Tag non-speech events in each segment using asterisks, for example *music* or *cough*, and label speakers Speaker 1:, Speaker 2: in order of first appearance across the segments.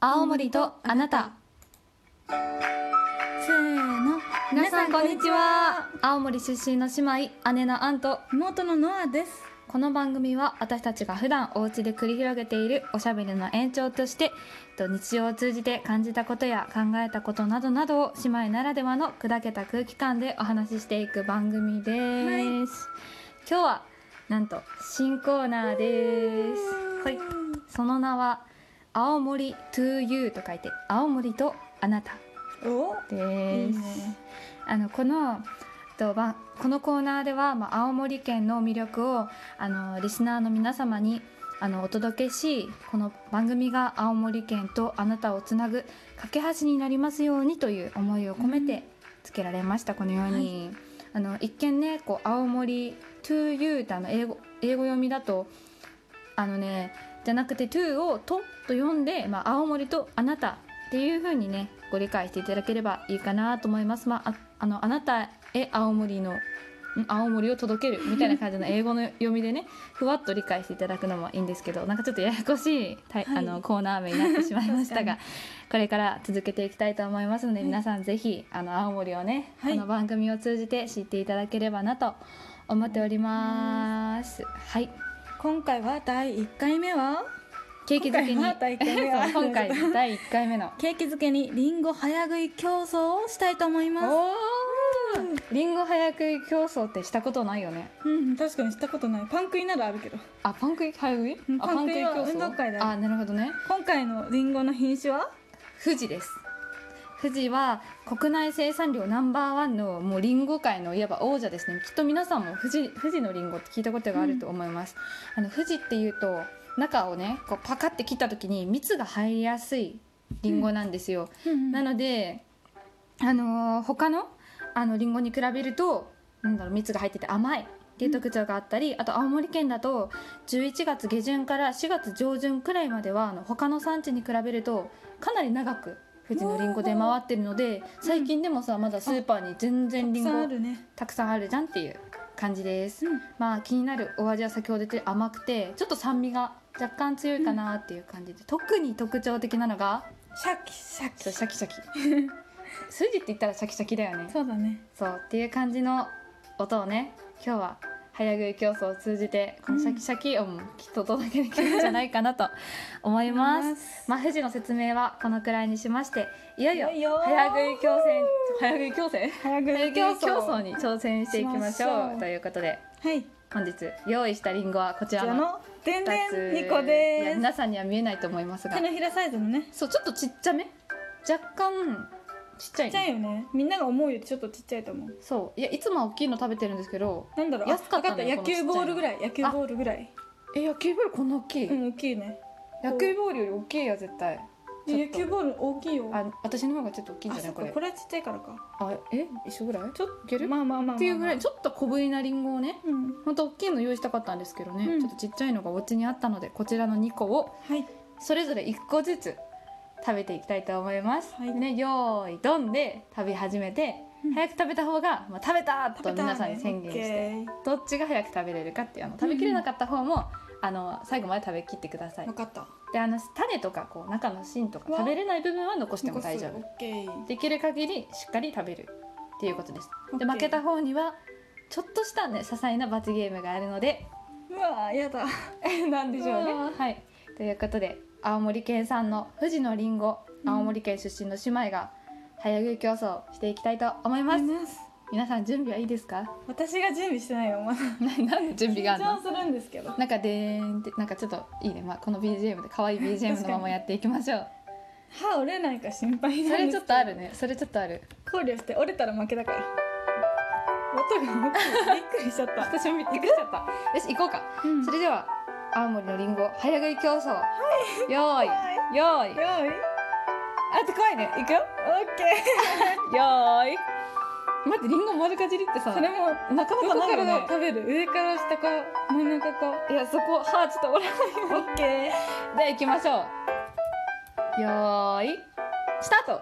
Speaker 1: 青森とあなた
Speaker 2: せーの
Speaker 1: 皆さんこんにちは青森出身の姉妹姉のアンと
Speaker 2: 妹のノアです
Speaker 1: この番組は私たちが普段お家で繰り広げているおしゃべりの延長としてえっと日常を通じて感じたことや考えたことなどなどを姉妹ならではの砕けた空気感でお話ししていく番組です、
Speaker 2: はい
Speaker 1: 今日はなんと新コーナーですはいその名は青森 to you と書いて青森とあなた
Speaker 2: お
Speaker 1: です。
Speaker 2: いいね
Speaker 1: あのこのとばこのコーナーでは、まあ、青森県の魅力をあのリスナーの皆様にあのお届けしこの番組が青森県とあなたをつなぐ架け橋になりますようにという思いを込めてつけられました、このように。あの一見ねこう青森 to you ってあの英語英語読みだとあのねじゃなくて to をとと読んで、まあ、青森とあなたっていう風にねご理解していただければいいかなと思います。まあ、ああのあなたへ青森のん青森を届けるみたいな感じの英語の読みでねふわっと理解していただくのもいいんですけどなんかちょっとややこしいたい、
Speaker 2: はい
Speaker 1: あのコーナー名になってしまいましたが
Speaker 2: 確
Speaker 1: これから続けていきたいと思いますので、
Speaker 2: はい
Speaker 1: 皆さんぜひあの青森をね、
Speaker 2: はい
Speaker 1: この番組を通じて知っていただければなと思っております。はい
Speaker 2: 今回は第一回目は
Speaker 1: 景気づけに
Speaker 2: 今回は第一回目は
Speaker 1: そう今回第1回目の
Speaker 2: ケーキ漬けにリンゴ早食い競争をしたいと思います
Speaker 1: リンゴ早食い競争ってしたことないよね
Speaker 2: うん確かにしたことないパン食いならあるけど
Speaker 1: あパン食い早食い
Speaker 2: うん
Speaker 1: あ
Speaker 2: パン食いは
Speaker 1: パン食い
Speaker 2: 運動会だよ
Speaker 1: あなるほどね
Speaker 2: 今回のリンゴの品種は
Speaker 1: 富士です富士は国内生産量ナンバーワンのもうリンゴ界のいわば王者ですねきっと皆さんも富士富士のリンゴって聞いたことがあると思います、あの富士っていうと中をねこうパカって切った時に蜜が入りやすいリンゴなんですよ、な
Speaker 2: な
Speaker 1: ので、あのー他のあのリンゴに比べるとなんだろう蜜が入ってて甘いっていう特徴があったり、あと青森県だと11月下旬から4月上旬くらいまではあの他の産地に比べるとかなり長く富士のリンゴで回ってるので最近でもさまだスーパーに全然リン
Speaker 2: たくさんあ
Speaker 1: ゴ
Speaker 2: るね
Speaker 1: たくさんあるじゃんっていう感じです、
Speaker 2: うん
Speaker 1: まあ気になるお味は先ほど言って甘くてちょっと酸味が若干強いかなっていう感じで、特に特徴的なのが
Speaker 2: シャキシャ
Speaker 1: ちょっと
Speaker 2: キ
Speaker 1: シャキシャキ筋って言ったらシャキシャキだよね
Speaker 2: そうだね
Speaker 1: そうっていう感じの音をね今日は早食い競争を通じてこのシャキシャキ音もきっと届けできるんじゃないかなと思います
Speaker 2: 思います
Speaker 1: まあ富士の説明はこのくらいにしましていよいよ
Speaker 2: いよいよ
Speaker 1: 早食い競争早食い競争
Speaker 2: 早食
Speaker 1: 早食
Speaker 2: い
Speaker 1: い
Speaker 2: 競
Speaker 1: 競
Speaker 2: 争
Speaker 1: 争に挑戦していきましょう
Speaker 2: しましょう
Speaker 1: ということで
Speaker 2: はいこ
Speaker 1: 本日用意したリンゴはこち
Speaker 2: ち
Speaker 1: ら
Speaker 2: ら
Speaker 1: の
Speaker 2: のでん
Speaker 1: 2
Speaker 2: で
Speaker 1: つ
Speaker 2: ん2個
Speaker 1: い
Speaker 2: で
Speaker 1: や
Speaker 2: す
Speaker 1: 皆さんには見えないと思いますが
Speaker 2: 手のひらサイズのね
Speaker 1: そうちょっとちっちゃめ若干ちっちゃい、
Speaker 2: ちっちゃいよねみんなが思うよりちょっとちっちゃいと思う
Speaker 1: そういやいつもは大きいの食べてるんですけど
Speaker 2: なんだろう
Speaker 1: 安かったの
Speaker 2: 分
Speaker 1: よ
Speaker 2: かった野球ボールぐらい野球
Speaker 1: の
Speaker 2: ボールぐらい
Speaker 1: え野球ボールこんな大きい、
Speaker 2: うん大きいね
Speaker 1: 野球ボールより大きいや絶対
Speaker 2: で野球
Speaker 1: ボール
Speaker 2: ボール大きいよ
Speaker 1: あ私の方がちょっと大きいんじゃな
Speaker 2: そ
Speaker 1: い
Speaker 2: っ
Speaker 1: こ
Speaker 2: か
Speaker 1: れ
Speaker 2: これはちっちゃいからか
Speaker 1: あえ一緒ぐらい
Speaker 2: ちょっ
Speaker 1: いける、
Speaker 2: まあまあまあまあ
Speaker 1: っていうぐらいちょっと小ぶりなリンゴをね
Speaker 2: うん
Speaker 1: 本当大きいの用意したかったんですけどね、
Speaker 2: うん
Speaker 1: ちょっとちっちゃいのがお家にあったのでこちらの2個を
Speaker 2: はい
Speaker 1: それぞれ1個ずつ食べていきたいと思います、
Speaker 2: はい
Speaker 1: ね用意ドンで食べ始めて、
Speaker 2: うん
Speaker 1: 早く食べた方が、まあ、食べた
Speaker 2: 食
Speaker 1: と
Speaker 2: べたいね
Speaker 1: 皆さんに宣言して、
Speaker 2: オッケ
Speaker 1: どっちが早く食べれるかっていうあの食べきれなかった方も、あの最後まで食べきってくださ
Speaker 2: ー
Speaker 1: い
Speaker 2: 分かった
Speaker 1: であの種とかこう中の芯とか
Speaker 2: わ
Speaker 1: 食べれない部分は残しても大丈
Speaker 2: オ
Speaker 1: 夫
Speaker 2: ッケー
Speaker 1: できる限りしっかり食べるっていうことですで
Speaker 2: OK
Speaker 1: 負けた方にはちょっとしたね些細な罰ゲームがあるので
Speaker 2: うわーやだ
Speaker 1: *laughs* なんでしょうね
Speaker 2: うわ
Speaker 1: はいということで青森県産の富士のりんご
Speaker 2: うん
Speaker 1: 青森県出身の姉妹が早食い競争をしていきたいと思います、皆さん準備はいいですか *laughs*
Speaker 2: 私が準備してないよまだ
Speaker 1: なんで準備があるの
Speaker 2: 緊張するんですけど
Speaker 1: なんかでーんってなんかちょっといいね、まあ、この BGM で可愛い BGM のままやっていきましょう
Speaker 2: 歯折れないか心配
Speaker 1: そ
Speaker 2: なん
Speaker 1: れ
Speaker 2: です
Speaker 1: ちょっとあるねそれちょっとある
Speaker 2: 考慮して折れたら負けだから音が大きいびっくりしちゃった
Speaker 1: 私もびっくりしちゃったよし行こうか、
Speaker 2: うん
Speaker 1: それでは青森のりんご早食い競争、よーいよーいあ
Speaker 2: よい
Speaker 1: って怖いね行くよよ
Speaker 2: オッケ
Speaker 1: ーい待ってりんご丸かじりって
Speaker 2: ー
Speaker 1: さ
Speaker 2: それも
Speaker 1: なか
Speaker 2: ど
Speaker 1: なかな
Speaker 2: こ
Speaker 1: い
Speaker 2: か
Speaker 1: よ
Speaker 2: ら
Speaker 1: ね
Speaker 2: 食べる上から下か真ん中か
Speaker 1: いやそこ歯ちょっと折らない
Speaker 2: オッケ
Speaker 1: じゃあ行きましょうよーいスタート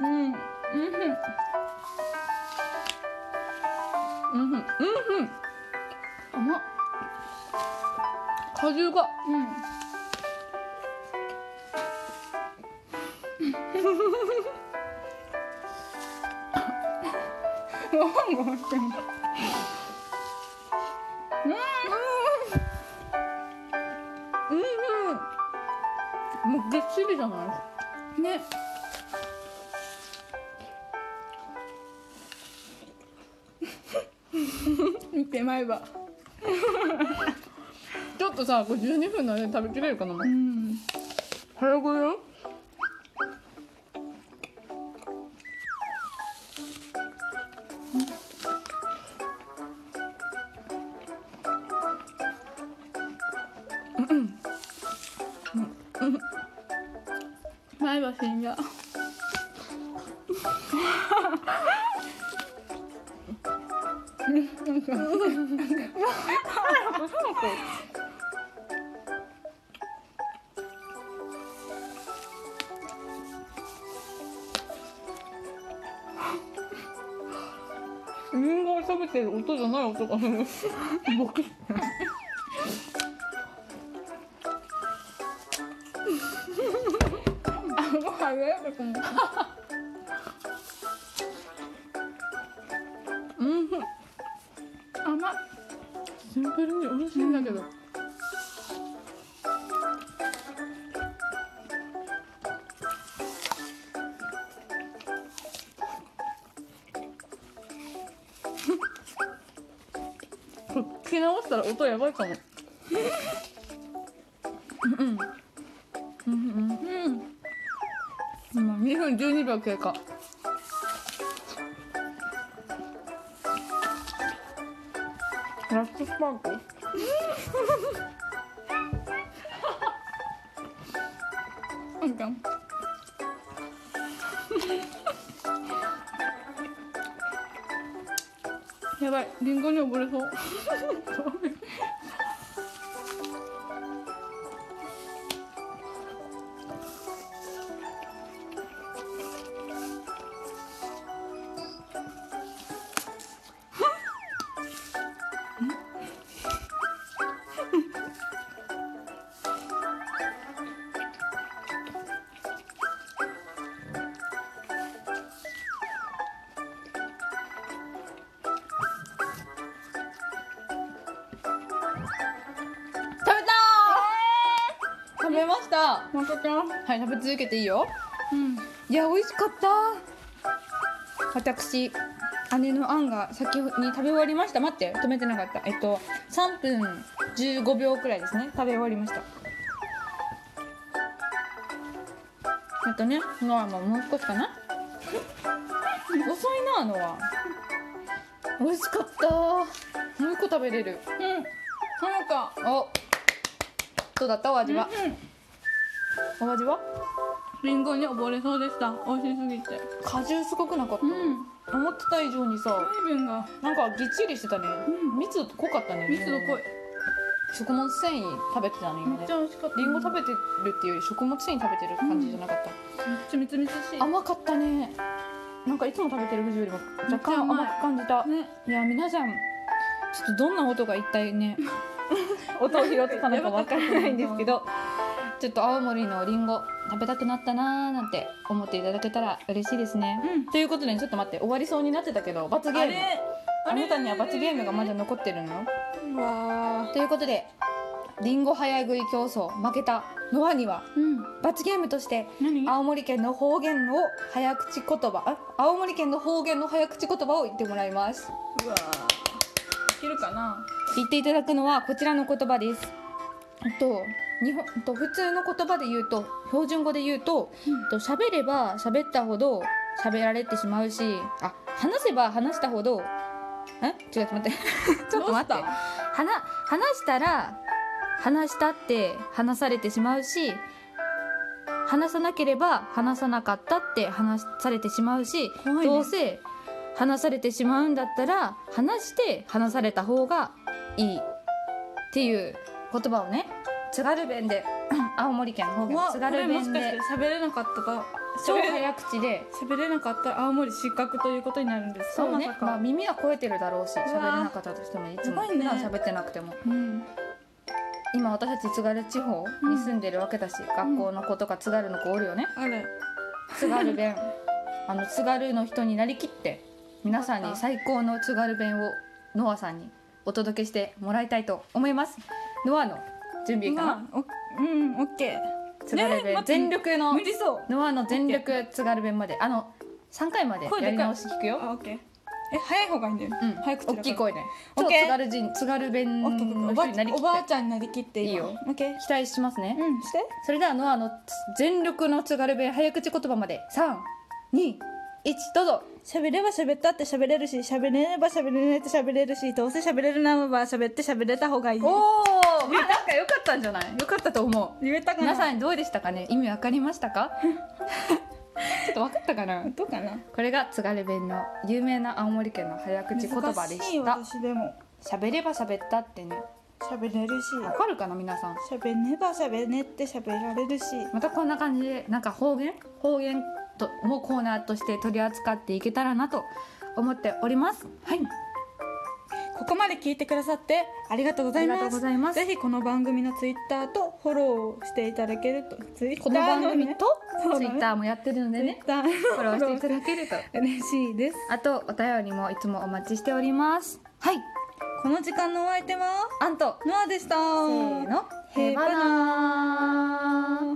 Speaker 2: ーうんうんうんうん甘っ果汁が
Speaker 3: うん
Speaker 2: ご飯が入ってるうんうんうんもうぎっしりじゃない *laughs* ね見てまえばちょっとさこれ12分の間に食べきれるかなもう
Speaker 3: うん
Speaker 2: 早食いよ前は死んだ。
Speaker 1: 음, *laughs* 아, 뭐
Speaker 2: リンゴを食べてる音じゃない
Speaker 1: *laughs*
Speaker 2: 音がする。ボキッ
Speaker 1: 아,
Speaker 2: 顎が上がるかも。
Speaker 1: 음,
Speaker 2: うん。甘っ。シンプルに美味しいんだけど。これ聞き直したら音やばいかも。うん。うんうんうん。今2分12秒経過ラストスパークなんかやばいリンゴに溺れそう
Speaker 1: 食べたー食べました
Speaker 2: まさか
Speaker 1: はい食べ続けていいよ
Speaker 2: うん
Speaker 1: いや美味しかった私姉のあんが先に食べ終わりました待って止めてなかったえっと3分15秒くらいですね食べ終わりましたえっとねノアももう少しかな遅いなノア美味しかったもう一個食べれる
Speaker 2: うんなんか
Speaker 1: おどうだったお味は、
Speaker 2: うん
Speaker 1: お味は
Speaker 2: リンゴに溺れそうでした美味しすぎて
Speaker 1: 果汁すごくなかった、
Speaker 2: うん
Speaker 1: 思ってた以上にさ
Speaker 2: 水分が
Speaker 1: なんかぎっちりしてたね、
Speaker 2: うん
Speaker 1: 密度濃かったね
Speaker 2: 密度
Speaker 1: リンゴ
Speaker 2: 濃
Speaker 1: ね
Speaker 2: い
Speaker 1: 食物繊維食べてたね今
Speaker 2: めっ
Speaker 1: ね
Speaker 2: ちゃ美味しかった
Speaker 1: リンゴ食べてるっていうより食物繊維食べてる感じじゃなかった、
Speaker 2: めっちゃみつみつしい
Speaker 1: 甘かったねなんかいつも食べてる藤よりも若干
Speaker 2: めっちゃ甘
Speaker 1: 甘
Speaker 2: い
Speaker 1: く感じた、
Speaker 2: ね
Speaker 1: いや皆さんちょっとどんな音が一体ね音を拾ってたのか分からないんですけ
Speaker 2: *laughs*
Speaker 1: どちょっと青森のりんご食べたくなったなーなんて思っていただけたら嬉しいですね、
Speaker 2: うん
Speaker 1: ということでちょっと待って終わりそうになってたけど罰ゲームあなたには罰ゲームがまだ残ってるの
Speaker 2: わ
Speaker 1: ということでりんご早食い競争負けたノアには
Speaker 2: うん
Speaker 1: 罰ゲームとして
Speaker 2: 何
Speaker 1: 青森県の方言を早口言葉あ青森県の方言の早口言葉を言ってもらいます
Speaker 2: うわいけるかな
Speaker 1: 言っていただくのはこちらの言葉です。えっと日本えっと普通の言葉で言うと標準語で言うと、
Speaker 2: うん
Speaker 1: えっと喋れば喋ったほど喋られてしまうし、あ話せば話したほど、え違うちょっと待って *laughs* ちょっと待って
Speaker 2: どうした
Speaker 1: 話話したら話したって話されてしまうし。話さなければ話さなかったって話されてしまうし、
Speaker 2: 怖いね
Speaker 1: どうせ話されてしまうんだったら話して話された方がいいっていう言葉をね津軽弁で *clears throat* 青森県の方言
Speaker 2: うわ
Speaker 1: 津軽
Speaker 2: これも
Speaker 1: 弁
Speaker 2: しかして
Speaker 1: で
Speaker 2: 喋れなかったか
Speaker 1: 超早口で
Speaker 2: 喋れなかったら青森失格ということになるんですか
Speaker 1: そうね
Speaker 2: まさ、か
Speaker 1: まあ、耳は超えてるだろうし
Speaker 2: わー
Speaker 1: 喋れなかったとしてもいつも
Speaker 2: すごいね
Speaker 1: 普段喋ってなくても
Speaker 2: うん
Speaker 1: 今私たち津軽地方に住んでるわけだし、学校の子とか津軽の子おるよね、
Speaker 2: あら
Speaker 1: 津軽弁あの津軽の人になりきって皆さんに最高の津軽弁をノアさんにお届けしてもらいたいと思いますノアの準備かな、
Speaker 2: まあおうんオッケ
Speaker 1: 津軽
Speaker 2: ねえ
Speaker 1: 弁
Speaker 2: 待って
Speaker 1: 全力
Speaker 2: ー
Speaker 1: の
Speaker 2: 無理そう
Speaker 1: ノアの全力津軽弁まであの3回まで
Speaker 2: 声で
Speaker 1: や
Speaker 2: かい
Speaker 1: り直し聞くよ
Speaker 2: あオッケーえ早い方がいいんだよね
Speaker 1: うん、
Speaker 2: 早口だから
Speaker 1: 大きい声で
Speaker 2: オ
Speaker 1: 超
Speaker 2: ッ
Speaker 1: 津
Speaker 2: ケー
Speaker 1: 軽人津軽弁
Speaker 2: オッケー
Speaker 1: の
Speaker 2: おば
Speaker 1: 人
Speaker 2: あ
Speaker 1: になりき
Speaker 2: お
Speaker 1: っ
Speaker 2: ばあ
Speaker 1: て
Speaker 2: ちゃんになりきってい
Speaker 1: いいよ
Speaker 2: オッケー
Speaker 1: 期待しますね、
Speaker 2: うんして
Speaker 1: それではノアの全力の津軽弁早口言葉まで321どうぞ
Speaker 2: 喋れば喋ったって喋れるし喋れれば喋れないって喋れるしどうせ喋れるならば喋って喋れた方がいい
Speaker 1: おおなんか良かったんじゃない良かったと思う
Speaker 2: 言えたかな
Speaker 1: 皆さんどうでしたかね意味わかりましたか *laughs* ちょっとわかったかな
Speaker 2: どうかな
Speaker 1: これが津軽弁の有名な青森県の早口言葉で
Speaker 2: 難しい
Speaker 1: した
Speaker 2: 私でも
Speaker 1: 喋れば喋ったってね
Speaker 2: 喋れるし
Speaker 1: わかるかな皆さん
Speaker 2: 喋ねば喋ねって喋られるし
Speaker 1: またこんな感じでなんか方言方言ともコーナーとして取り扱っていけたらなと思っておりますはい
Speaker 2: ここまで聞いてくださってありがとうござい
Speaker 1: あり
Speaker 2: ま
Speaker 1: がと
Speaker 2: す
Speaker 1: うございます
Speaker 2: ぜひこの番組のツイッターとフォローしていただけるとツイッター
Speaker 1: この番組
Speaker 2: ね
Speaker 1: と
Speaker 2: そうだ
Speaker 1: ツ
Speaker 2: ね
Speaker 1: イッターもやってるのでね
Speaker 2: ツイッターの
Speaker 1: フォローしていただけると
Speaker 2: 嬉しいです
Speaker 1: あとお便りもいつもお待ちしておりますはい
Speaker 2: この時間のお相手は
Speaker 1: アント
Speaker 2: ノアでした
Speaker 1: せーの
Speaker 2: へば
Speaker 1: なー